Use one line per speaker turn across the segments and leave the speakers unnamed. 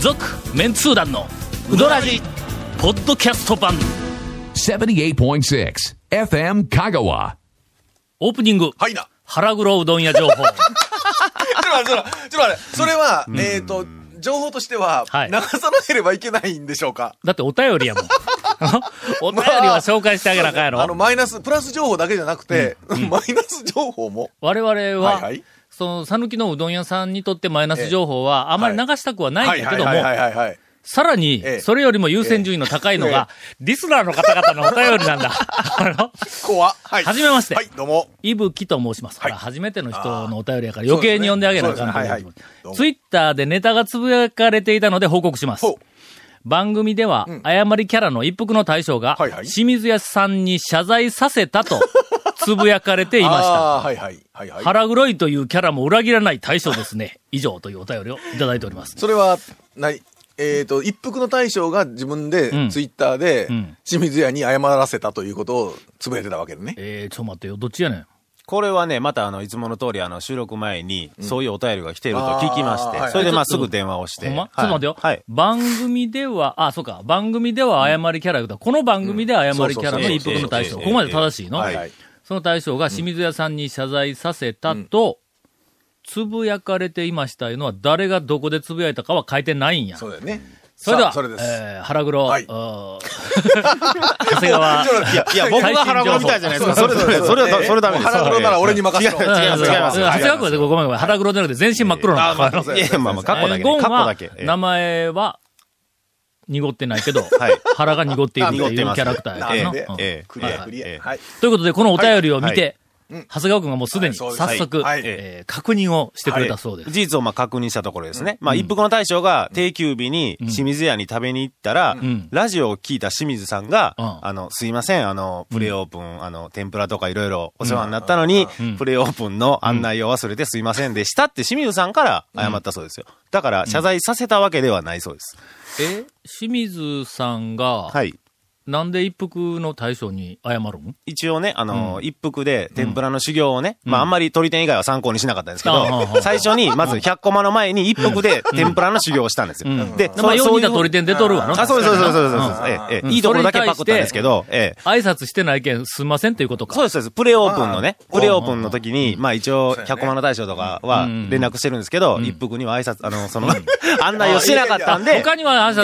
続メンツー団のウドラジポッドキャスト版
78.6 FM Kagawa.
オープニング、
はいな。
腹黒うどん屋情報
ちょっと待って、ちょっと待ってちょっと待ってそれは、えっと、情報としては、
はい
流さなければいけないんでしょうか
だってお便りやもん お便りを紹介してあげなあかんやろ、
あの、マイナス、プラス情報だけじゃなくて、 マイナス情報も。
我々は、
はいはい
その、さぬきのうどん屋さんにとってマイナス情報は、あまり流したくはないんだけども
はい、はいはいはいはい。
さらに
え、え
それよりも優先順位の高いのが、リスナーの方々のお便りなん だ。あの、
怖はい。
はじめまして
はい、どうも。
いぶきと申します。
はい
ほら初めての人のお便りやから余計に呼んであげなあかんと思って
そうですねはいはいどうも
ツイッターでネタがつぶやかれていたので報告します
ほう。
番組では、誤りキャラの一服の大将が、
はいはい
清水屋さんに謝罪させたと、 つぶやかれていました。
あーはいはい。はいはい。
腹黒いというキャラも裏切らない大将ですね。以上というお便りをいただいております。
それは、ない。えっと、一服の大将が自分で
うん、
ツイッターで
ん、
清水屋に謝らせたということをつぶやいてたわけでね。
えー、ちょ待ってよ。どっちやねん。
これはね、またあの、いつもの通りあの、収録前に、そういうお便りが来てると
あー
聞きまして、
はい
それでまあ
ちょ
す
っと
ぐ電話をして。
ほんま、
はい
ちょっと待ってよ。
はい。
番組では、あ、そうか。番組では誤りキャラ言うたこの番組では誤りキャラの一服の大将。
うんそうそうそう
ここまで正しいの、
はいはい
その大将が清水屋さんに謝罪させたと、つぶやかれていましたいうのは、誰がどこでつぶやいたかは書いてないんや。
そうだよね。
それで
さ
は、
あそれです。
えー、腹黒、
はい
あー 長谷川、
いや
いや、僕が腹黒みたいじゃないですか。それ、それ、それ、それ、それダメです。
腹黒なら俺に任せろ
違う、違います、違います。
うん長谷川君
違
は
い
ごめんごめん。腹黒じゃなくて全身真っ黒なの。
ますいやいや、まあまあ、過去だけ
ゴ
ね。
ン
過去だ
は
け。、ええ
名前は、濁ってないけ ど、
い
腹が濁っているという
濁ってます
キャラクターやから
な
なん
で、
うん
ええ
クリ
え
ア
え
クリ
ええ
ア。はい。
ということで、このお便りを見て、
はいうん
長谷川君がもうすでに早
はいそうです
速、
はい
えー確認をしてくれたそうです。
事実をまあ確認したところですね。まあ、一服の大将が定休日に清水屋に食べに行ったら、
ん
ラジオを聞いた清水さんが、
うん
あの、すいません、あの、プレオープン、あの、天ぷらとかいろいろお世話になったのに、プレオープンの案内を忘れてすいませんでしたって清水さんから謝ったそうですよ。だから、謝罪させたわけではないそうです。
え清水さんが、
はい。
なんで一服の大将に謝るん
一応ね、あの、一服で天ぷらの修行をね、まああんまり鳥天以外は参考にしなかったんですけ
ああ
ど、最初にまず百コマの前に一服で天ぷらの修行をしたんですよ。で、
まあ、世に
そう
似た鳥天出とるわな。
あ、そうです、そうです、そうです、そうです。ええええ、いいところだけパクったんですけど、ええ。
挨拶してないけん、すんませんということか。
そうです、そうです。プレオープンのね、
まあ
プレオープンの時に、まあ一応、
そうやね
100コマの大将とかは
うん
連絡してるんですけど、一服には挨拶、あの、その、 案内をしてなかったんで、
他には挨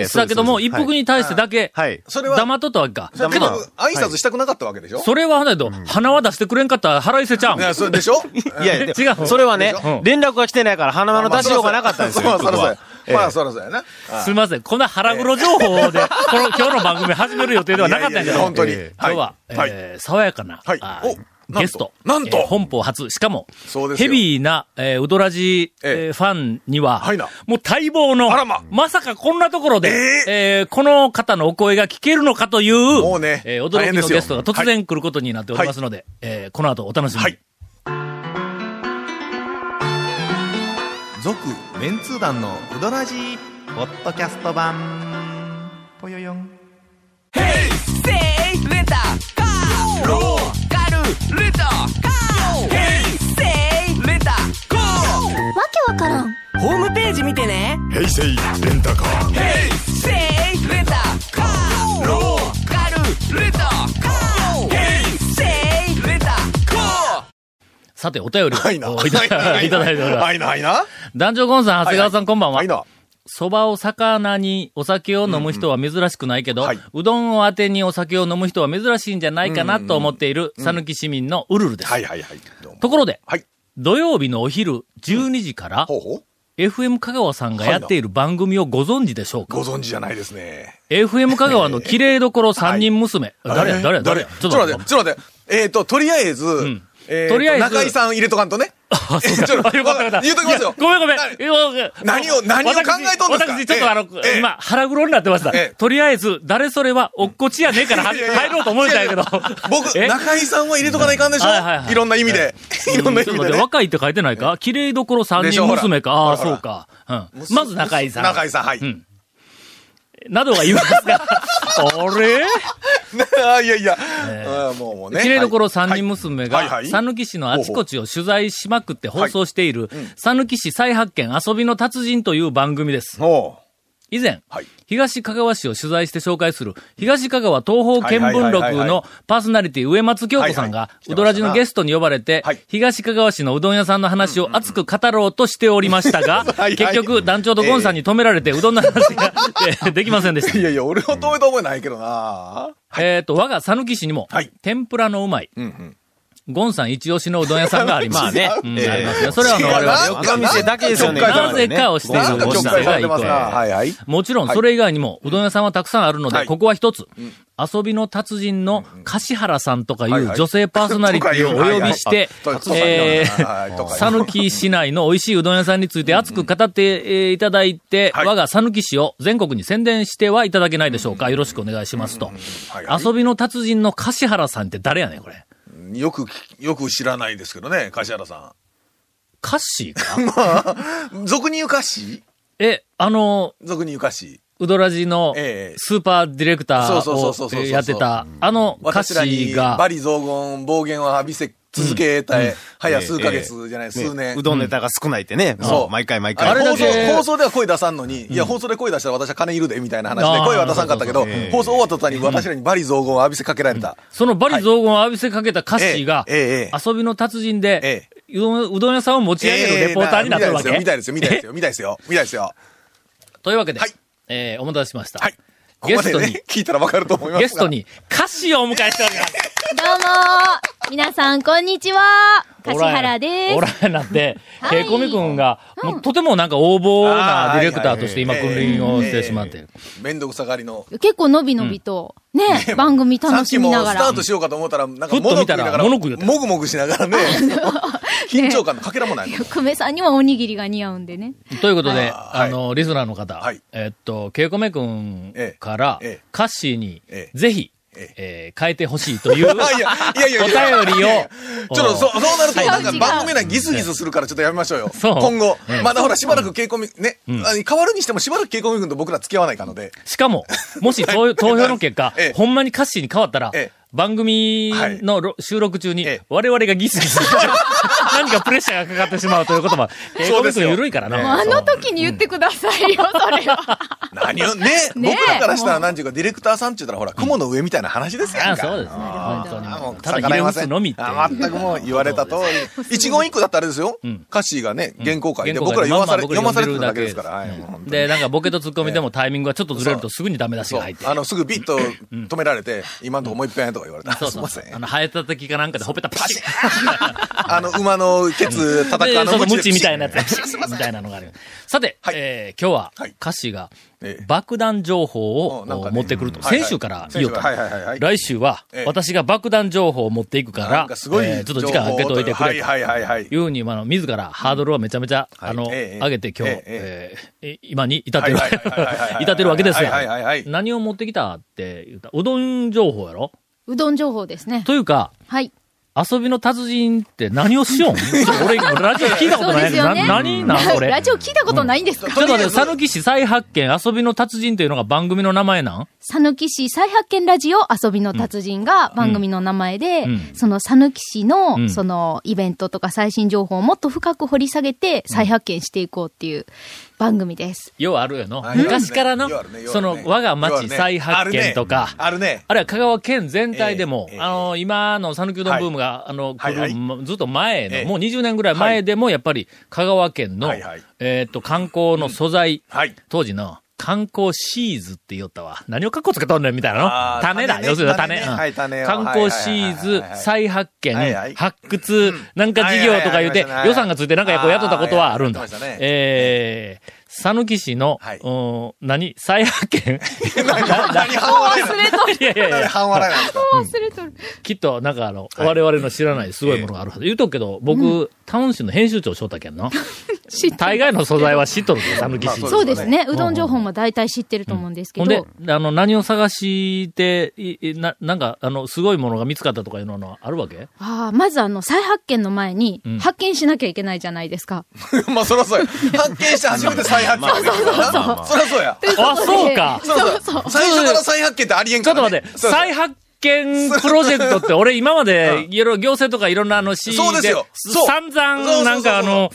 拶
え
したけども、
そうです
一服に対してだけ、
はい。
それは、
黙っとったわけか。
だ
だ
け
け
ど
ど、
挨拶したくなかったわけでしょ
それは、だけど、鼻は出してくれんかったら腹いせちゃうん
い。や、それでしょ
いや、で
違う
それはね
でし
ょ、
連絡が来てないから鼻の出しようがなかったんですよ。
まあ
一
そ
服
らそう
は
や。まあ、そらそうやな。
すみません。こんな腹黒情報で、この今日の番組始める予定ではなかったん
い
やけ
やいや
ど
本、当に。
え
今日は、
はい。
えー爽やかな、
はい
あ
お
ー
なんと
ゲスト。
なんと
えー本邦初。しかも
そう、です
ヘ
よ
ビーな、えーウドラジ、えー
ええ
ファンには、
はいな
もう待望の、
あらま
さかこんなところで、
え
えーこの方のお声が聞けるのかという、
もうね
えー驚
大
き
変で
の
すよ
ゲストが突然来ることになっておりますので、えーこの後お楽しみに。
はい
続メンツー団のウドラジーポッドキャスト版ぽよよん
せいレンタカーローカルレンタカーヘイセイレンタカーわけわからんホームページ見てねヘイセイレンタカーヘイセイレンタカーローカルレンタカーヘイセイレンタカー
さて、お便りを
はいな。
おいただ いただいておりま
は
す。
いな、はいな。
団長ゴンさん、長谷川さん、こんばんは
はい。な。
そばを魚にお酒を飲む人は珍しくないけど、う
うんはい
どんを当てにお酒を飲む人は珍しいんじゃないかなと思っている、さぬき市民のウルルです。
はいはいはい。どうも。
ところで、
はい。
土曜日のお昼12時から、
ほうほう。
FM 香川さんがやっている番組をご存知でしょうか、
ご存知じゃないですね。
?FM 香川の綺麗どころ3人娘。誰
え
や
ー
誰や誰
誰
や
ちょっと待って、ちょっと待って。えっと、とりあえず、えー
とりあえず
中井さん入れとかんとね。
あ、そうか。
ちょっと
あよかったよかった。
言うときますよ
いやごめんごめん
はい。
いや
何を何を考えとんですか
私、私ちょっとあの、
ええ
今、腹黒になってました。
ええ
とりあえず、誰それは、おっこちやねえからは入ろうと思ってたんやけど。
僕、
え
中井さんは入れとかないかんでし
はいはいはい
ょいろんな意味で。 いろんな意
ちょっと
味で
待って
ね。
若いって書いてないか綺麗どころ三
でし
人
ょほら
娘か。ああ、
ほら
そ
ほら
うか。うん。まず中井さん。
中井さん、はい。
んなどが言いますが、あれ
あいやいや、
え
あもうもうね。
きれいどころ三
はい
人娘
はいは
が、
い
讃岐市のあちこちを取材しまくって放送している、讃岐市再発見遊びの達人という番組です。
おう
以前、
はい
東香川市を取材して紹介する、東香川東方見聞
はいはいはい
録
はい
の
は
パーソナリティ上松京子さん
は
が
いはい、来てまし
う
たな
どらじのゲストに呼ばれて
はい、
東香川市のうどん屋さんの話を熱く語ろうとしておりましたが
はいは、い
結局団長とゴンさんに止められてうどんの話が でできませんでした
い。やいや、俺を止めた覚えないけどな。
えっと、我が讃岐市にも
はい、
天ぷらのうまい、
うん
ゴンさん一押しのうどん屋さんがあります。
まあね。
うん
ええ
ありますね。それはあの、
違う
我々よ
あの店だけですよね。
なんか
なぜかをしている
なんか
お
曲
っしゃ
解
る
さ
が
れ
い
て
て
ますな。はいはい。
もちろん、それ以外にも、うどん屋さんはたくさんあるので、
はい
ここは一つ、遊びの達人の柏原さんとかい
はいは
う
い
女性パーソナリティをお呼びして
とか、いう
え
はいと
ー、
かいう
讃岐市内の美味しいうどん屋さんについて熱く語ってえーいただいて、
はい
我が讃岐市を全国に宣伝してはいただけないでしょうか。よろしくお願いしますと。
はいはい
遊びの達人の柏原さんって誰やねん、これ。
よく聞き、よく知らないですけどね、柏原さ
カッシー か
ん。俗に言う歌詞
え、あの、
俗に言う歌詞。
ウドラジの
ええ
スーパーディレクタ
そうそうそうそう
ー
そう
を
そう
やってた、あの歌
私ら
詞
に
が、
バリ雑言、暴言を浴びせ続けたい、早数ヶ月じゃない、数
ね
年。
うどんネタが少ないってね。
そ
も
う
う毎回毎回。
あれ
だ
放
け
送、放送では声出さんのに、いや、放送で声出したら私は金いるで、みたいな話
あ
で
ー
声は出さんかったけど、放送終わった途端に私らにバリ雑言を浴びせかけられた。
そのバリ雑言を浴びせかけた歌詞が、
ええええ
遊びの達人で、
え
うどんうどん屋さんを持ち上げるレポーターになったわけ、
みたいですよ、みた いですよ、みたいですよ、みたいですよ。
というわけで、
はい
えーお待たせしました。
はい。こ
ゲ
こま
スト
で
に、
ね、聞いたらわかると思いますが。
ゲストに歌詞をお迎えしております。
どうもー皆さん、こんにちは柏原で
お
す
ら。へんなって、
はい
ケイコミ君が、もうとてもなんか横暴なディレクターとして今
あーはい
君
はい
臨をしてしまっている。
めんどくさがりの。
結構のびのびと、ね、番組
さっ
楽
き
し
も
み
ス
なが
タ
ら
ー。トしようかと思ったら、なん
ふ
か
っと
物
見
食
た
い
ら
ながら、
物食いよった
もぐもぐしなが らね、緊張感のかけらもないもん。
久米さんにはおにぎりが似合うんでね。
ということで、
あー
あの、リスナーの方、
はい
えっと、ケイコメ君
ええ
から
ええ、
カッシーに
え、え
ぜひ、
え
えー変えてほしいと いう、お便
あ いや、いやいやいや。
りを、
ちょっと、そう、そうなると、なん
違う
か番組内ギスギスするからちょっとやめましょうよ。
そう
今後
ええ。
まだほら、しばらく稽古み、ね、あの変わるにしてもしばらく稽古み君と僕ら付き合わないかので。
しかも、もし投投票の結果
ええ、
ほんまに歌詞に変わったら
ええ、
番組のろ収録中に
ええ、
我々がギスギスして、 何かプレッシャーがかかってしまうということは、え
そ
コ
う
ミ
です
君
よ
緩いから
もう
な。
あの時に言ってください よ、それは。
何を、ね、
ねえ
僕らからしたらなんていうか、ディレクターさんって言ったらほら、雲の上みたいな話です
あ
やん
あ、
か。
そうですね。
な
本当
るほど
に
あ
も
も
う。
う
ただ
逆
入
らえ
れ
ま
つ
せん
のみっていう。
あ全くもう言われた通り。一言一句だったらあれですよ。歌詞がね、原稿書いて、
原
僕
稿書
ら
いて
読まさ
ま
れ、
あまあ僕ら
読まされて
読んでる
る
だ
だ
けで
けですすから。はいもう本当に
で、なんかボケとツッコミでもタイミングがちょっとずれるとすぐにダメ出し
そう
が入って。
あの、すぐビッと止められて、今んとこもう一遍とか言われた。
そう
すい
そう
ません。
あの、生えた時かなんかでほっぺたパシッ
あの、馬のケツ叩く
で、
あの
そのム
で
チみたいなやつ、みたいなのがある。さて、
はい
えー今日は
はい
歌詞が
ええ
爆弾情報を
おなんかね
持ってくると。
うんはいはい
先週から言おうと。
先週からはいはいはい
来週は
ええ
私が爆弾情報を持っていくか
な
ら
ん、かすごい、
えーちょっと時間空けといてくれと。
はいはいはいはい
い。うふうに、あの、自らハードルはめちゃめちゃ、あの、
ええ
上げて今日、
え
えー今に至ってる
はいはいはいはいは、い
至ってるわけです
はいはいはいは
が
い、
何を持ってきたって言ったうどん情報やろ
うどん情報ですね。
というか、
はい。
遊びの達人って何を しよん俺、ラジオ聞いたこ
そ
と
う
な
で
い
す
や
よ
ん
ね。
な何なんこれ。
ラジオ聞いたことないんですか
ちょっと待って、さぬき市再発見、遊びの達人というのが番組の名前なん
さぬき市再発見ラジオ遊びの達人が番組の名前で、
うん
そのさぬき市
う
の、
ん
そのイベントとか最新情報をもっと深く掘り下げて再発見していこうっていう番組です。
ようあるよの。
あようあるね
昔からの
ようあるね、ようあ
そ
るね
の、我が
ようあ
町
るね
再発見とか、
あるね。
あるいは香川県全体でも、
ええ
あの、今の讃岐うどんブームが、あの、来る、
はい
ずっと前の、
ええ
もう20年ぐらい前でも、やっぱり香川県の、
はいはい
えーっと、観光の素材、
はい。
当時の、観光シーズって言おったわ。何をかっこつけとんねんみたいなの
あー
種だ。
種ね
要するに種。
種ね
うん
はい種を
観光シー
はい
ズ
はいはいはいはい
再発見、
はいはい
発掘、なんか事業とか言うて
はいはいはいありましたねは、い
予算がついてなんかやっぱ雇ったことはあるんだ
あーやってましたね。
えー、讃岐市の
はい、
うん何再発見
何半
忘
笑いな
れとる
いやいやい
何
や。
半笑いなんですか
忘れとる。
きっと、なんかあの、我々の知らないすごいものがあるはず。言うとくけど、僕、タウン誌の編集長しょったけん な。
知ってる
大概の素材は知っとるんです、讃岐市。
そうですね。うどん情報も大体知ってると思うんですけ
ほんで
ど、、
あの、何を探して、いいな、なんか、あの、すごいものが見つかったとかいうのはあるわけ
あーまずあの、再発見の前に
ん、
発見しなきゃいけないじゃないですか。
まあ、そらそうや。発見して初めて再発見。そうそう そう。そらそうや。
あ、そう か
そうそう最初から再発見ってありえん
ちょ
か
っと
ら、
待っ
ね。
て、再発見プロジェクトって、俺今ま で、いろいろ行政とかいろんなあの、市
そうです
で
よ、そう
散々、なんかあの、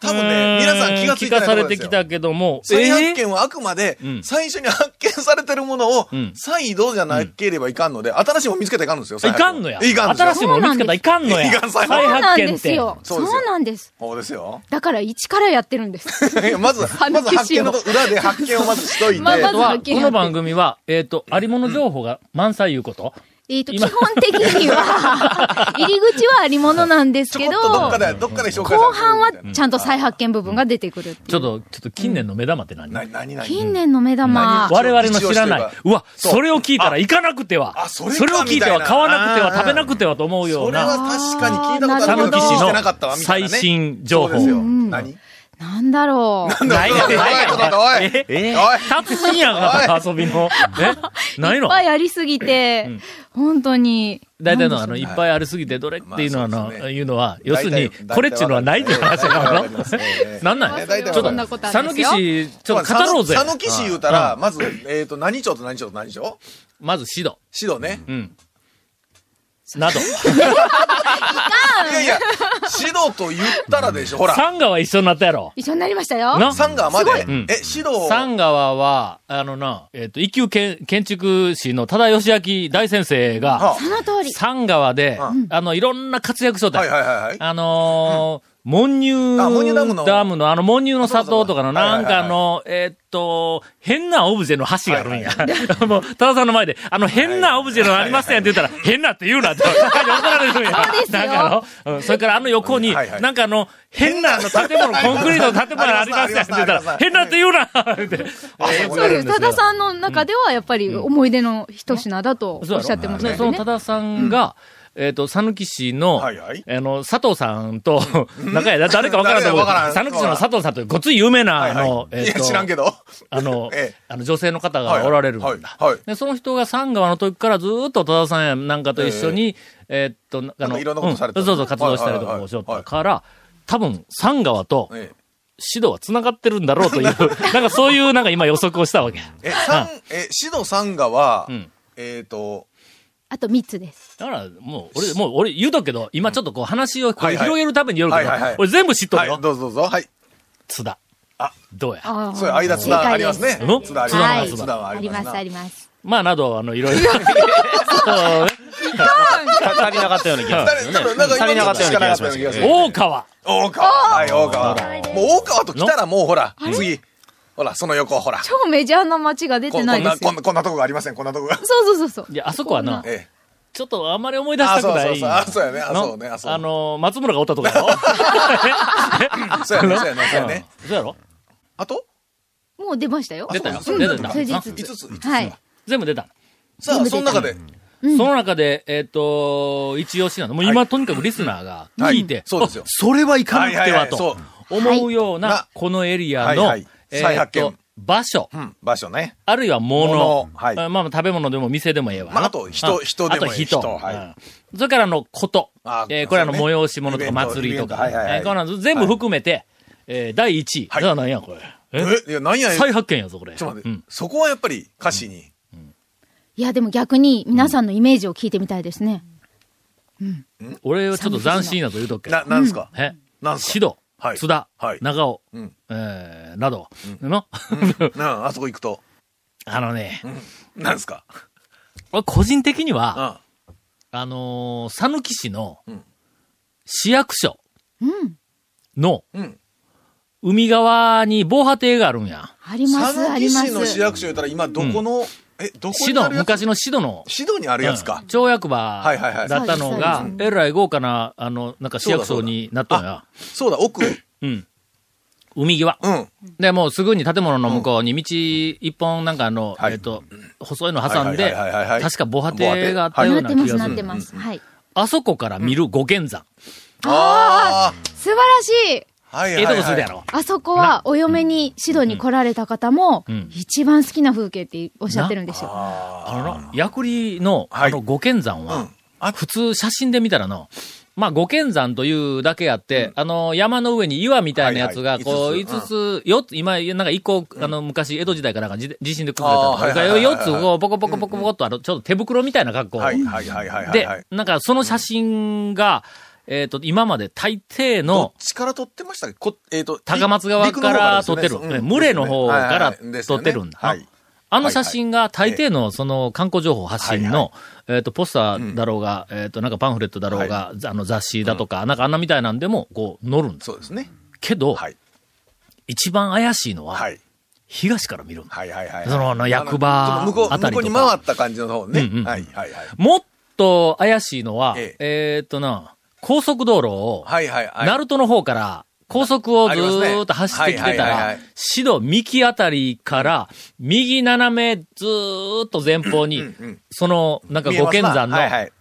多分ね、皆さん気がつ
聞
いてない
か
と
さ
思
れ
うんで
て
す
き
よ。
たけども、
再
え
発
ー
見はあくまで
うん、
最初に発見されてるものを
うん、
再度じゃなければいかんので、新しいもの見つけていかんのですよ。再
い
発見
かんのや。
いかんの
新しいもの見つけたらいかんのや。
いかん
再
再
そう
発
なん
見
で
っ
す
て。
よ。
そ
そう
ですよ
うなんです。
そうですよ。
だから一からやってるんです。
まず、まず発見のと、裏で発見をまずしといて。
まあまず
あとは、
発見
この番組は、えっ、と、ありもの情報が満載いうこと。
えっと、基
今
本的に は、入り口はありものなんです
ちょ
け
こ
ど
っ、とどっかで、どっかで紹介されてる
後半は
みたいな
ちゃんと再発見部分が出てくるっていう
ちょっと、ちょっと近年の目玉って何、
な、なになに
近年の目玉。
我々の知らな
一応
い
して。
うわ、それを聞いたら行かなくては。
あそれか
を聞いては
みたいな
買わなくては食べなくてはと思うよ
そうれは
な、
確かに聞いたことあ
讃
るけ
岐
ど、
市
して
の
なかったわ、みたいな、
最
ね。
新情
そうですよ。
報。
何
なんだろう。
ない
おい、
や
おい、
ないや
おい、おい、
え
おい
達人やが遊び の。えない
いっ
の
ぱいありすぎて、本当に。
大体の、あ
なん
の、
でし
いっぱいありすぎて、どれっていうのは、あ
まあそ
の、
うですね
いうのは、要するに
大、体
これっちゅうのはないっていう話だからな
大体わかりますえ。え
なんな
ま
ん
あ
や
大体わかる
ちょ
そんな
っと、
ことあるん
讃
です
岐
よ
市、ちょっと語ろうぜ。
佐野騎士言うたら、まず、えっと、何町と何町と何町
まず、シド。
シドね。
うん。など。
いやいや、シドと言ったらでしょ。ほら、
サンガは一緒になったやろ。
一緒になりましたよ。
な
サンガーまで
ん。
え、シド、
サンガワは、あのな、えっ、と、一級建建築士の多田義明大先生が
は、
その通り。
サンガワで、
う
あの、いろんな活躍しとった
はい
よ
はいはいはい。
あのー、門乳
あ門乳ダムの
ダムの、あの、門乳の砂糖とかの、
そうそうそ
な
う
んかあの、えーっと、変なオブジェの箸があるんや。 もう、多田さんの前で、あの、変なオブジェのありませんって言ったら、変なって言うなって、 なんか怒られるんや。
そうですよ
なんかあの、うんそれからあの横に、
はいはい
なんかあの、変なあの建物、コンクリートの建物ありませんって言ったら、
あり
変
ま
なって言うなって。
そうです。多田
ん
さんの中では、やっぱり思い出の一品だと
そうや
おっ
ろ
しゃってました
ねそ
よ
の
ね
多。田さんが、えっ、と、讃岐市の、
はいはい
あの、佐藤さんと、中谷、誰かわからんと思うけど、
誰かわから
讃
ん
岐市の佐藤さんというごつい有名な、
はい
あの
は、い。いや、知らんけど。
あの、
ええ
あの女性の方
はい
が
はい
おられるんだ。
はいはい
で、その人が三川の時からずーっと多田さんやなんかと一緒に、えーっと、あ
なん
の、
かいろんなことされて
う
る
んそうそう、活動したりとかもしよったから、多分、三川と
ええ
指導は繋がってるんだろうという、 なんかそういうなんか今予測をしたわけ。
え、サン、え、シドサンガは
うん、
えっと、
あと3つです。
だから、もう、俺、もう、俺、言うとくけど、今ちょっとこう、話をこう
はいはい
広げるために言うけど
はいはいはい、
俺全部知っと
は
る
い、
よ。
どうぞどうぞ。はい。
津田。
あ
どうや。
あー
そういう間津田ありますね
正解で。す
津田あり
津田
ま
は
す。
津
津
田
田は
あ
あ
り
りま
ま
す
す、
な。
あります。
まあ、など、あの、いろいろ。そうね
足りなかったような気が
誰
する
ちょっとなんか
足りなかったような気がし
今のと
ます
こしかなかったような気がする
大川。
大川。はい、大川。もう大川と来たらもうほら、次。ほら、その横、ほら。
超メジャーな街が出
こ
て
ん
ないで
な、
すよ
こん。な、こんなとこがありません、こんなとこが。
そうそうそうそう。
いや、あそこはな、
ええ。
ちょっとあんまり思い出したくない。
あそうそうそうあそうやねあ
の
そうねあそう
あの、松村がおったとこや ろ
そうやね、そうやね、そうやね。
そうやろ
あと
もう出ましたよ。
出たよ
うん
出た出た
数日
5つ、5つ。
はい。
全部出た。
さあ、その中で、
その中で、えっと、一押しなの。もう今、とにかくリスナーが聞いて、
そうですよ
あそれはいかなくては、
はいはいはいそ
と思うような
な、
このエリア
はい
の
はい、
え
再
っ
発見
と、場所。
うん、場所ね。
あるいは物
物。はい
まあまあ食べ物でも店でもええわな。
まああと人
うん
人でもえ
あ
え
と人。
人はい
うんそれからあの、こと。
あ
えーこれあの、
そうね
催し物とか
イベント
祭りとか。
イベントはいはいはい
えーこんなの全部含めて、えー第1位。
はい
じゃあ何やこれ。え
え、いや、なんや、ちょ
再
っ
発見やぞ、これ。
と待っ
う
て
ん。
そこはやっぱり歌詞に。
いや、でも逆に皆さんのイメージを聞いてみたいですね。
俺はちょっと斬新なと言うとくけど
な、。なんすか
え
なんすか
シド
は、い
津田
はい、
長尾
うん、
えーなど。の
なあ、あそこ行くと。
あのね、
なんすか
俺個人的に
う
は、
ん。
あのー、讃岐市の
ん
市役所
うん。
の
うん。
海側に防波堤があるんや。
あります、あ
讃
り
岐
ま
市の市
す。
役所言ったら今どこの、え、どこ
シ
にあ
ド、
るやつ
昔のシドの、
シドにあるやつか。
町役場
はいはいはい
だったの
そう
が
で、
えらい豪華な、あの、なんか市役所になったのや。
そうだ、奥。
うん。海際。
うん。
で、もうすぐに建物の向こうに道一本なんかあの、
はい
えっと、細いの挟んで、
はいはいはいはいはい
確か防波堤があったよ
な
う
っ
な
て
気が
ますす、
る。
なってます。はい。
あそこから見る五軒山。
あ
素晴らしい
あ。はい
え
は
え
い、
と
は
こ
い。
するやろ。
あそこはお嫁にシドに来られた方も
うん、
一番好きな風景っておっしゃってるんですよ。
あのな、薬理の、
はい
あの五軒山は、普通写真で見たらの、まあ五軒山というだけあって、あの、山の上に岩みたいなやつが、
はいはい
こう、
五
五
つ
つ、四つ、今、なんか一個、あの、昔、江戸時代かなんか地地震で崩れたとか、
あーはいはいはいはい
四つ、こう、ポコポコポコポコっと、あの、ちょっと手袋みたいな格好。
はいはいはいはいはい。
で
はい、
なんかその写真が、えっ、と、今まで大抵
どっ
の
ちから撮ってましたっけこ、えっ、と、
高松川から撮ってる。え群れの方から撮ってるんだ。
はい。
あの写真が大抵のその観光情報発信の、えっと、ポスターだろうが、えっと、なんかパンフレットだろうが、あの雑誌だとか、なんかあんなみたいなんでも、こう、載るんです。
そうですね。
けど、
はい。
一番怪しいの
は
は、
い。
東から見るんだ。
はいはいはい。
そのあの役場
あのちょっと向こう、
あたり
向
と
こ
か
うに回った感じの方ね。
うんうん
はいはいはい。
もっと怪しいのは、
え
えっとな、高速道路を、
はいはいはい。
ナルトの方から、高速をずーっと走ってき
あ
て
り
た
ますねはいはいはい
ら
はい、
シド幹あたりから、右斜めずーっと前方に
うんうん、
その、なんか
見えま
五
す
剣
な
山の
はいはい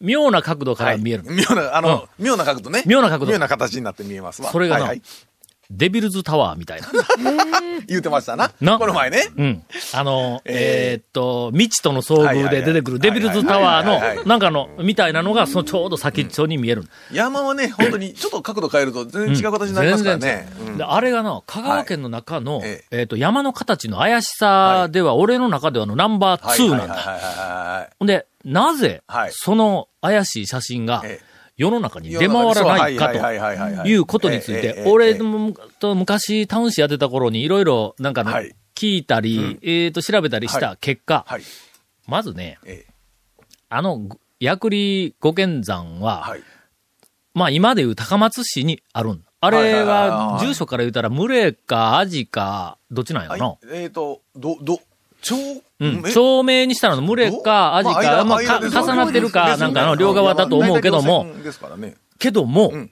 妙な角度から見える。
妙な、あの、妙な角度ね。
妙な角度
妙な形になって見えますわ。
それが
はい
な
はい、
デビルズタワーみ たいな。
言ってましたな。
な
この前ね。
うん。あの、
えー
えーっと、未知との遭遇で出てくる
はい
デ
は
ビ
いはい
ルズタワ
はいはい
ー
は
の、
い
なんかあの、みたいなのが、そのちょうど先っちょに見える。
山はね、本当に、ちょっと角度変えると全然違う形になりますからね。
全然違
う
うんであれがな、香川県の中の、
はいえ
えっ、と、山の形の怪しさでは、俺の中ではのナンバー2なん
はい
だ。
はいはいはいはい
ほんで、なぜ
はい、
その怪しい写真が
ええ
世の中に出回らないか
はいはいはいはいは
と
い
いうことについ
えええ
て
え、
俺もと昔タウン市やってた頃にいろいろなんかの
はい
聞いたり、えっと、調べたりした結果、
はい。
まずね、
ええ
あの、薬理五剣山は、
はい。
まあ今でいう高松市にあるんあ
はいは
れ
いはいは
はい住所から言うたら、ムレかアジか、どっちなんやろな、
はいえっと、ど、ど、超、
うん。
え
町名にしたの、ムレか、アジ
まあ
か、まあ、
間
か
間ですよ
重なってる
で
か、
すよ
なん
ね
かの両側だと思うけど
大
も、
体両線ですからね。
けども
うん、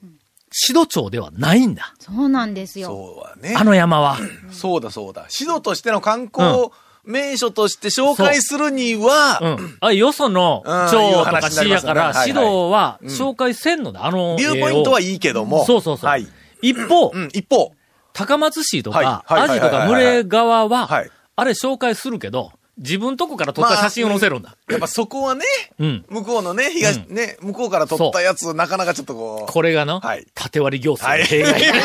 シド町ではないんだ。
そうなんですよ。
そうはね。
あの山は。
そうだそうだ。シドとしての観光名所として紹介するには、
うん。あ、よその町とか市やから、
うんい
シ
う話になりますよねはいはい
ドは
うん
紹介せんのだ、あの。
ビューポイントはい
い
いいけども。
そうそうそう
はい。
一方
う、ん、一方。
高松市とか、
はいは
ア
いは
ジ
い
と
はいはい
か群れ側
は、
はいあれ紹介するけど、自分とこから撮った写真を載せるんだ。
やっぱそこはね、
うん。
向こうのね、東、
う
ね、向こうから撮ったやつ、なかなかちょっとこう。
これがの
はい、
縦割り行
はい。
政
い
弊
やい
害。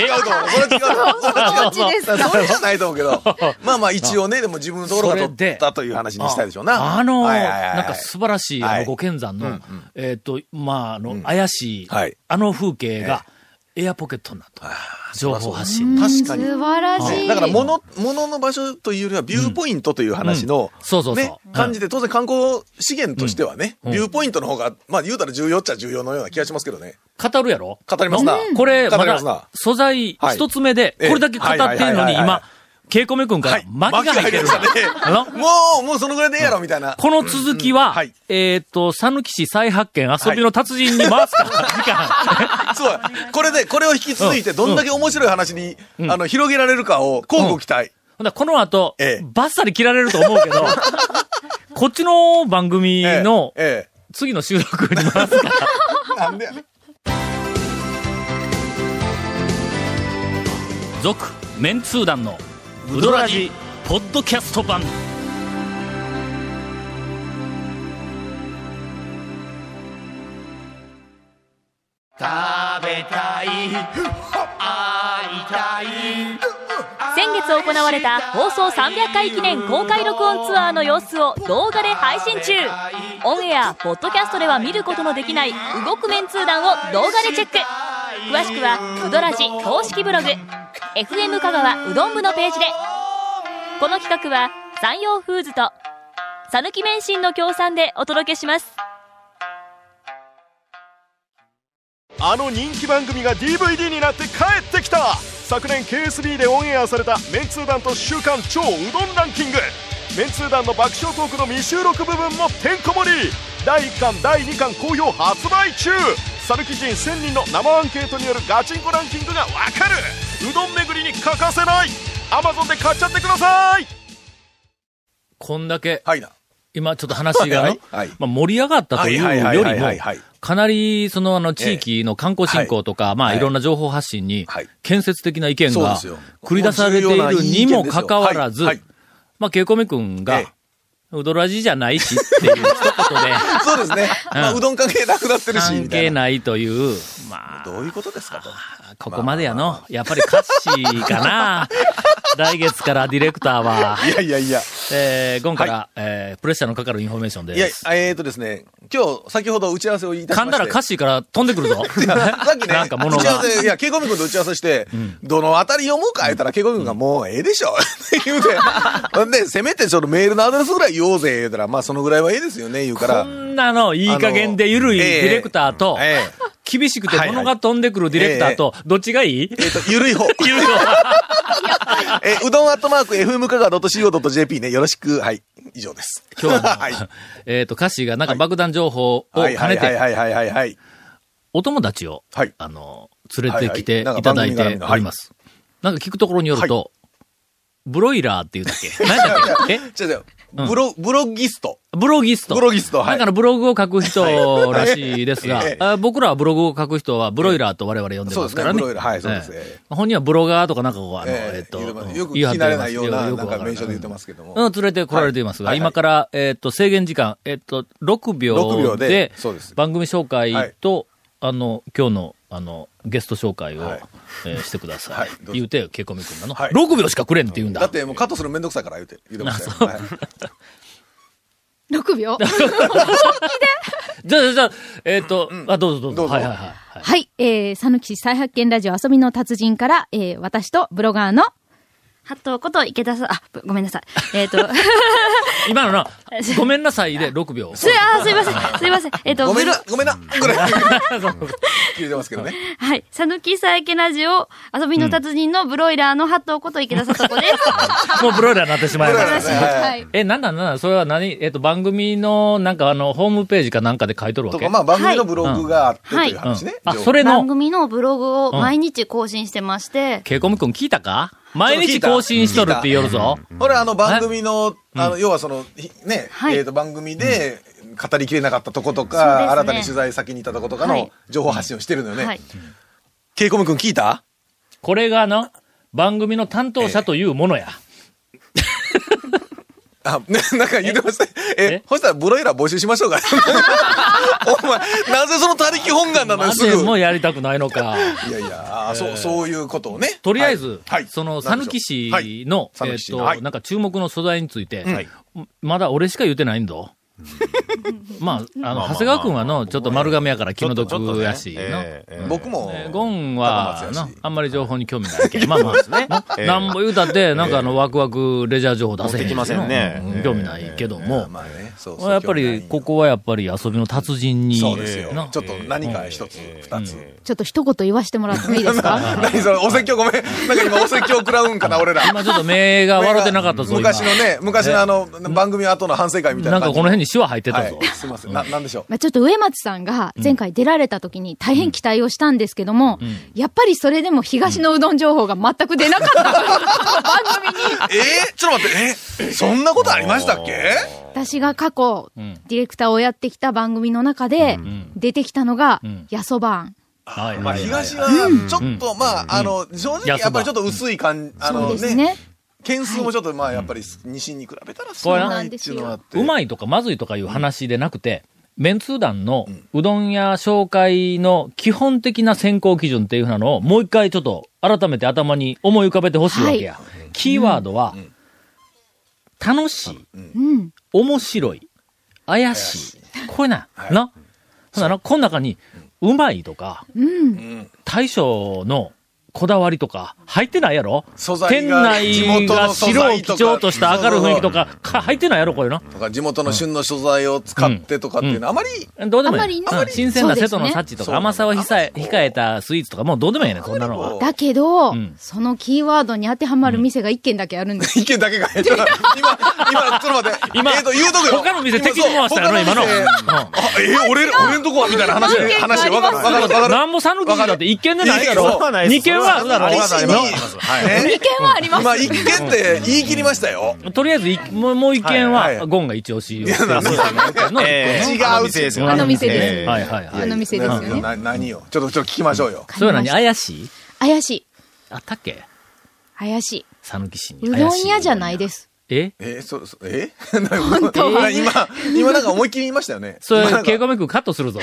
やいや違うと思う。それ違うと思う。それ違うと思う。
そうそうそう
それじゃないと思う けど。まあまあ一応ね、でも自分のところから
そ
撮
れ
っ
で
たという話にしたいでしょうな。
あの、
はいはいはいはい
なんか素晴らしい、あ
は
の、
い
五剣山
うんう
の
ん、
えっと、まあ、あの、怪しい
はい、
あの風景が、エアポケットになった。情報発信。
確か
素
に。
晴らし
ね
い。
だから、もの、ものの場所というよりは、ビューポイントという話
うんう
の
ん、そうそうそう
ね
うん、
感じで、当然観光資源としてはね、
うん
ビューポイントの方が、まあ言うたら重要っちゃ重要のような気がしますけどね。
語るやろ
語りますな
のこれ、
語
ま
りますな
だ、素材
はい
一つ目で、
ええ
これだけ語ってんの
はいはいはいは
に、
いはい
今、ケイコメ君か
は
ら
い。
巻きが入ってる
巻きが入りましたね。
あの
もう、もうそのぐらいでええやろ、みたいな。
この続き
うん
は
はい、
えっと、讃岐市再発見遊びの達人に回すから、時間。
そう。これで、これを引き続いて、どんだけ面白い話に、あの、広げられるかを、交互期待。
ほんならこの後
ええ、
バッサリ切られると思うけど、こっちの番組
ええ
の
え
次の収録に回すから。
え。なんでやねん
続メンツー団のウドラジポッドキャスト版
先月行われた放送300回記念公開録音ツアーの様子を動画で配信中オンエアポッドキャストでは見ることのできない動く面通談を動画でチェック詳しくはうどらじ公式ブログ FM 香川うどん部のページでこの企画は山陽フーズと讃岐免震の協賛でお届けします
あの人気番組が DVD になって帰ってきた昨年 KSB でオンエアされた「メンツー団と週刊超うどんランキング」メンツー団の爆笑トークの未収録部分もてんこ盛り第1巻第2巻好評発売中サルキ人1000人の生アンケートによるガチンコランキングがわかるどん巡りに欠かせないアマゾンで買っちゃってください
こんだけ、
はい な。
今ちょっと話がの、
はいはい
まあ、盛り上がったというよ
はいはいはい
りも
はいはい、
かなりそのあの地域の観光振興とか、まあ
はい
いろんな情報発信に
はい、
建設的な意見
そうで
が
すよ
繰り出されているにもかかわらず
はいはい、
まあ、ケイコミ君
え
が
え、
うどらじじゃないしってい う一言で、
そうですね。まあうどん関係なくなってるし、
関
みたい
係
な。
ないという、まあ、
どういうことですかと。
ここまでやの。やっぱりカッシーか な。来月からディレクターは、
いやいやいや。
えー、ゴンから、えー、プレッシャーのかかるインフォメーション
いや
で、す。
えーとですね、今日、先ほど打ち合わせをいたしま
噛
して。
んだらカッシーから飛んでく るぞ。
さっきね、
なんか物
打ち合
が
わ。せ、いや、ケイコミ君と打ち合わせして、どのあたり読もうか言ったら、ケイコミ君がもうええでしょって言 うて、ほんで、せめてそのメールのアドレスぐらい言おうぜ言うたら、まあそのぐらいはええですよね言うか
こ
ら、
んなの、いい加減で緩い
あのええ
ディレクターと、
ええ
厳しくて物が飛んでくるディレクターと、どっちがいい、
えっ、と、ゆるい 方。
言うよ。
えーうどんアットマーク FM 香川 .co.jp ね、よろしく、はい、以上です。
今日は、
はい。
えっと、歌詞がなんか爆弾情報を
は
兼
いはい
ね
はい
て、
はいはいはいはい。
お友達を、
はい
あの、連れてきてい
はいはい
ただいております。なんか聞くところによると、ブロイラーっていうんだっけ何だっけえ
違う違う、ブロ、ブロギスト。
ブロギスト。
ブロギストはい
なんかのブログを書く人らしいですが、
ええ
あ僕らはブログを書く人はブロイラーと我々呼んでますからね。
そうですねブロイラーはいそうですえ
本人はブロガーとかなんかこう、あの、
え
え
え
っと、
言うてますよく
言い張って
聞き慣れないような
ます
なんか
わら
名称で言ってますけども
うん、連れて来られていますが、
はいはい
今から、えっと、制限時間、えっと、6秒
6
で、
秒でそうです
番組紹介と、あの、今日の、あの、ゲスト紹介を、
はい
えーしてください。
はいどうぞ
言うて、ケイコミ君がの、
はい
6秒しかくれんって言うんだ。
だってもうカットするのめんどくさいから言うて、言うてましたよ。はい
6秒。
じゃあ、じゃあ、えっ、と、あ、どうぞどうぞ。
どうぞ
はいはいはいはい。
はい、えー、さぬき市再発見ラジオ遊びの達人から、えー、私とブロガーの、
ハットこと池田さん、あ、ごごめんなさい。えっ、と、
今のな、ごめんなさいで6秒。
す、あ、すいません、すいません。えっ、と、
ごめん
ブロ
な、ごめんな、ぐらい。言うてますけどね。
はい、さぬきさえけラジオ、遊びの達人のブロイラーのハットこと池田さとこです。
もうブロイラーになってしまいました。
はい
い。
え、なんだなんだそれは何えっ、と、番組の、なんかあの、ホームページかなんかで書いとるわ
と
け
か、まあ番組のブログがあってという
うん
話ね。
あ、
情報
それ
番
の、
組のブログを毎日更新してまして、
ケイコム君聞いたか毎日更新しとるって言うぞ。
これあの番組の、あの、要はその、ひね、
はい
えっと番組で語りきれなかったとことか、
そうですね
新たに取材先に行ったとことか
は
の
い
情報発信をしてるのよね。
はい。
ケイコム君聞いた
これがの、番組の担当者というものや。
あ、ね、 なんか言ってました。え
え、
そしたらブロイラー募集しましょうか。 お前、なぜその他力本願なの
な
よ、す
ぜ
ぐ。
もう
い
やりたくないのか。
やいや、あそう、そういうことをね。
とりあえず、
はいはい
その、
な
さ
ん
ぬ
でしょう
き市
は
の
い、讃
えっ、
岐市
と、
のはい
なんか注目の所在について、
はい
まだ俺しか言ってないんぞ。まあ、あの、長谷川くんはの、ちょっと丸亀やから気の
ちょっと
毒
ね
やし、の
ええええ
僕も
えー、ゴン
高
は
松や
な
し、
あんまり情報に興味ないけど、まあまあです ね。
ええ
なんぼ言うたって、なんかあの、ワクワクレジャー情報出せへん
持ってきませんね
うん
ええ
興味ないけども、
まあね、そうそう。
やっぱ
興味
り、
ない
ここはやっぱり遊びの達人に、
そうですよ。
な
ちょっと何か一つ、二つ。
ちょっと一言言わしてもらってもいいですか
何それ、お説教ごめん。なんか今お説教食らうんかな、俺ら。
今ちょっと目が笑ってなかったぞ、今
昔のね、昔のあの、番組後の反省会みたい
な
なん
かこ
感じ。
の辺にシワ入ってたぞ
はい。。すいません。な、なんでしょう。
まあちょっと植松さんが前回出られた時に大変期待をしたんですけども、やっぱりそれでも東のうどん情報が全く出なかった。番組に。
えー、ちょっと待って、えそんなことありましたっけ
私が過去、
ん
ディレクターをやってきた番組の中で、出てきたのが
ん、
やそばん。
はい
まあ、
はいはい
東は、ちょっと、まあ、あの、正直、
やっぱ
やっぱりちょっと薄い感じ、あ
そう
の
です
ね
ね、。
件数もちょっと、まあ、やっぱり、西に比べたら少ないっていうのはあって。
うま
い。
いとかまずいとかいう話でなくて、メンツー団のうどん屋紹介の基本的な選考基準っていうふうなのをもう一回ちょっと改めて頭に思い浮かべてほしいわけや。キーワードは、楽しい、
うん。
面白い、怪しい。これな、な。ほんなら、この中に、うまいとか、
うん。
大将のこだわりとか、入ってないやろ
素材が
店内が白を基調とした明るい雰囲気とか、か入ってないやろこれな。
とか、地元の旬の素材を使ってとかっていうのは、あまり、
どうでもいい。
あまりね
うん新鮮な瀬戸の幸と
そうです
か、
ね
甘さをひさえ控えたスイーツとか、もうどうでもいいね、こんなのは。
だけど、
うん
そのキーワードに当てはまる店が一軒だけあるんです。
意見だけが入ってた。今、今、ちょっと待って。
今
えっと、言うとくよ。
他の店敵に回したよな、
今
今の。
の店。あ、えー、俺、俺んとこはみたいな話で、話で、わかる、わかる、わかる。
なんぼさぬきだって一軒でないや
いやいや
ろ
そう
はない
二軒は
あの
あり
利
ます
子
あり
に
ます
ね
意見はありま す
まあ一見って言い切りましたよ。
とりあえずい、もうもう一件は、
はいは
ゴンが一押しをして
や
るそうなん
え
です
ー
けどね
あの店ですよね
あの店です
えー
はいはいはい。
あの店ですよね
な何をちょっとちょっと聞きましょうよ。
そういうのに怪しい
怪しい。
あったっけ
怪し
讃岐市に
い。う
怪しい。。
どん屋じゃないですす。
え
えー、そ、そえ本当今、今なんか思いっきり言いましたよね。
それ
今なん、か
ケイコメ君カットするぞ。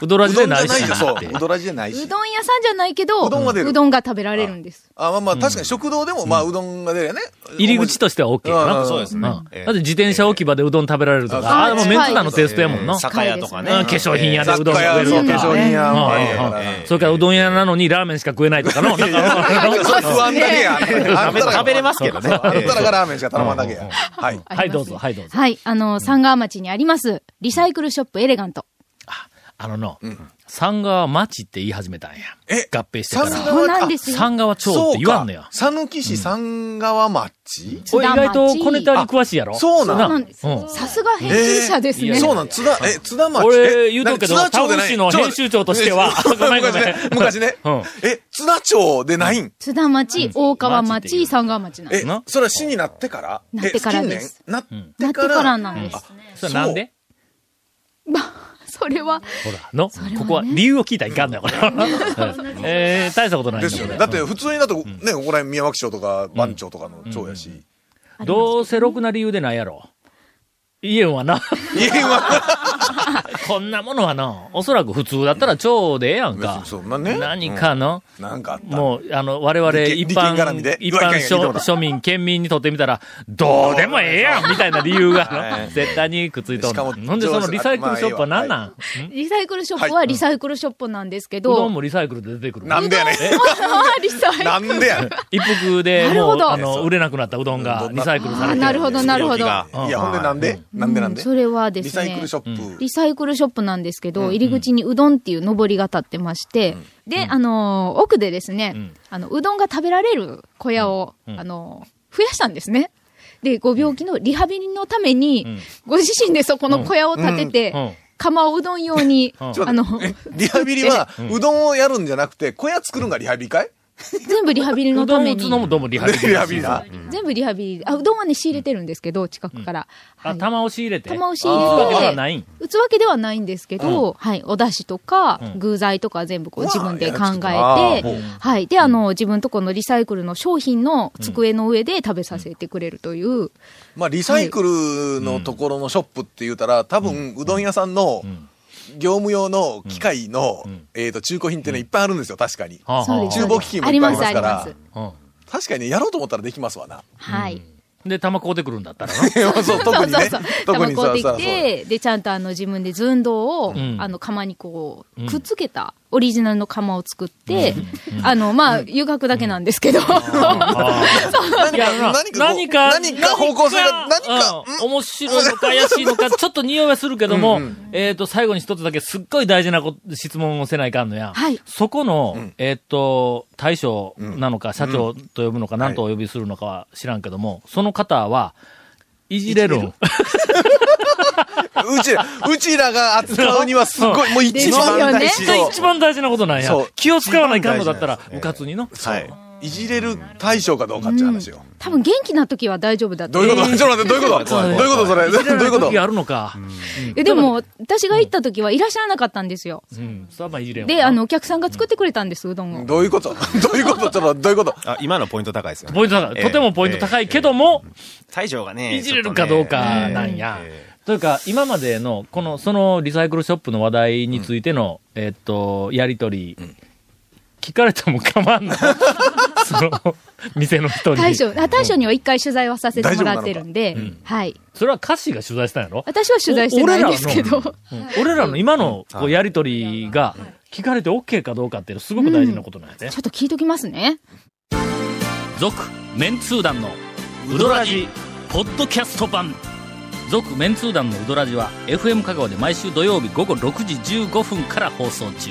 うどら
う
じで
どんじゃ
ない
ない
し
よ、
な
そ
って
う。う。どらじじゃないうし。
どん屋さんじゃないけど、
うどんは出る
うどんが食べられるんです。
あ、まあまあ、確かに食堂でも、まあ、うどんが出るよね。
入り口としては OK か
う
な。
んそう
です
うん
ね
だっ
ええ
て自転車置き場でうどん食べられるとか、
あ
あれもうメンツ団のテイストやもんな。うん
酒屋とかね。
化粧品屋で
雑
うどん
貨
が
屋、
食
そ
え
う、
る
化
と
粧
か。
品屋もありやから
うんうんうんそれからうどん屋なのにラーメンしか食えないとか の、なんか
それ不安だけや。あんたらが
食べれますけどね
そうあんたらがラーメンしか頼まんだけや。はい。
ありま す
はい、どうぞ、はい、どうぞ。
はい、あの、三川町にあります、リサイクルショップエレガント。
あのの、三川町って言い始めたんや。
え
合併してか
三
ら。
そうなんですよ。
三川町って言わんのよ。
讃岐市三川町
これ意外と小ネタに詳しいやろ
あそうなん
そうなんです。
うん
さすが編集者です
えーいや
ね。
いや
そうなん、津田、え、津田町。
俺
え
言うとくけど
なんか津田町でな
タウ
い
ン市の編集長としては
ちょっと
ごめんごめん
昔ね、昔ね
うん。
え、津田町でないん
津田町、大川
町っていう
町、三川町なんで
え
す。
な、
それは市になってから
なってからです。
え近年な
な
っ
ってて
から。
からなんです。
それなんで
それは、
ほら、の、ここは理由を聞いたらいかんだよ、これ。 えー、大したことないん
で
だ
す
け
よね。
ど。
だって普通にだと、ね、ここら辺宮脇町とか番町とかの町やし。
どうせろくな理由でないやろ。イエンはな、
家は、
こんなものはな、おそらく普通だったら超でええやん
別
か
に。そうまあね
何かの、
なんかあった。
もう、あの、我々
利権
一般
利権絡みで、
一般
利権絡みで
庶庶民、県民にとってみたら、どうでもええやんみたいな理由が
は
の、絶対にくっついとん
しか
の
も
ほんで、そのリサイクルショップは何なん、んう
リサイクルショップはリサイクルショップなんですけど、
どんもリサイクルで出てくる。
なんでやねん。
あ リサイクル。
なんでやねん。
一服で
なる
も
ほ
う、
ど
あの、売れなくなったうどんがリサイクルされ
あ
て。
なるほど、なるほど。
いや、ほんでなんでなんでなんで
それはで
リ
す
サ
ね。
イクルショップ
リ。サイクルショップなんですけど、入り口にうどんっていう上りが立ってまして、で、あのー奥でですね、
ん
あの、うどんが食べられる小屋を、あのー増やしたんですね。で、ご病気のリハビリのために、ご自身でそこの小屋を建てて、
うんうん
釜をうどん用に、
うん
ちょっ
あ
と
の、
待ってリハビリは、うどんをやるんじゃなくて、小屋作るんがリハビリかいう
全部リハビリ
う
の
ど
た
ん
め
打
に
つの、もどうもリハビリ。
リハビリだ。
全部リハビリ、あ、うどんはね、仕入れてるんですけど、近くから。
あ、
はい
玉を仕入れて。
玉を仕入れ
打つ
て
わけではないん
打つわけではないんですけど、はい、お出汁とか、具材とか全部こう
うわ
自分で考
や
え
る人
て、はい。で、あの、自分とこのリサイクルの商品の机の上で食べさせてくれるという、
まあ、リサイクルのところのショップって言うたら、多分、うどん屋さんの、業務用の機械の、えっと、中古品ってね、いっぱいあるんですよ、確かに。
はあ
そう
は
です
厨房機器も
あ
いっ
り
ぱいあ
ま
ります
す、あり
か
ま
ら
す。。
あは
確かにね、やろうと思ったらできますわ な。
はい。
あで、玉買うてくるんだったらな。
そう、特にね。 特
玉
に
こ
そうう
て
そう
き
そう。
て、で、ちゃんとあの自分で寸胴を、
ん
あの、釜にこう、くっつけた、オリジナルの釜を作って、あの、まあ、遊学だけなんですけ ど、
いやな
何かこう
何か、
何か方向性が
何か
何か
うん面白いのか怪しいの か、ちょっと匂いはするけども、えっと、最後に一つだけすっごい大事なこと質問をせないかんのや。
はい
そこの、えっと、大将なのか、社長と呼ぶのか、何とお呼びするのかは知らんけども、その方は、いじれる ん。
うちら、うちらが扱うにはすっごい、もう一番大事。
です
そう
一番大事なことなんや
そう。
気を使わないかんのだったら、うかつにの。
はい。
いじれる対象かどうかっていう話よ。
多分元気な時は大丈夫だ
ど
と
う
思
いううことちょっと待って、どういうことどういうことそれ。どういうこと
時あるのか。
えでも、私が行った時はいらっしゃらなかったんですよ。
うん。それはまあいじれんわな
で、あの、お客さんが作ってくれたんです、うどんを。
どういうことどういうことちょっとどういうこと
あ、今のポイント高いですよね。
ポイント高い。
ええ
とてもポイント高いけども、
大将がね。
いじれるかどうかなんや。というか、今までの、この、そのリサイクルショップの話題についての、えっと、やりとり、聞かれても構わんない。 その、店の人に。
大将、あ大将には一回取材はさせてもらってるんで、はい。
それは歌詞が取材したんやろ
私は取材してないんですけど、
うん俺らの今のこうやりとりが、聞かれて OK かどうかっていうのすごく大事なことなんやね
ちょ。っと聞いときますね。
続メンツー団のウドラジポッドキャスト版続メンツー団のウドラジは FM 香川で毎週土曜日午後6時15分から放送中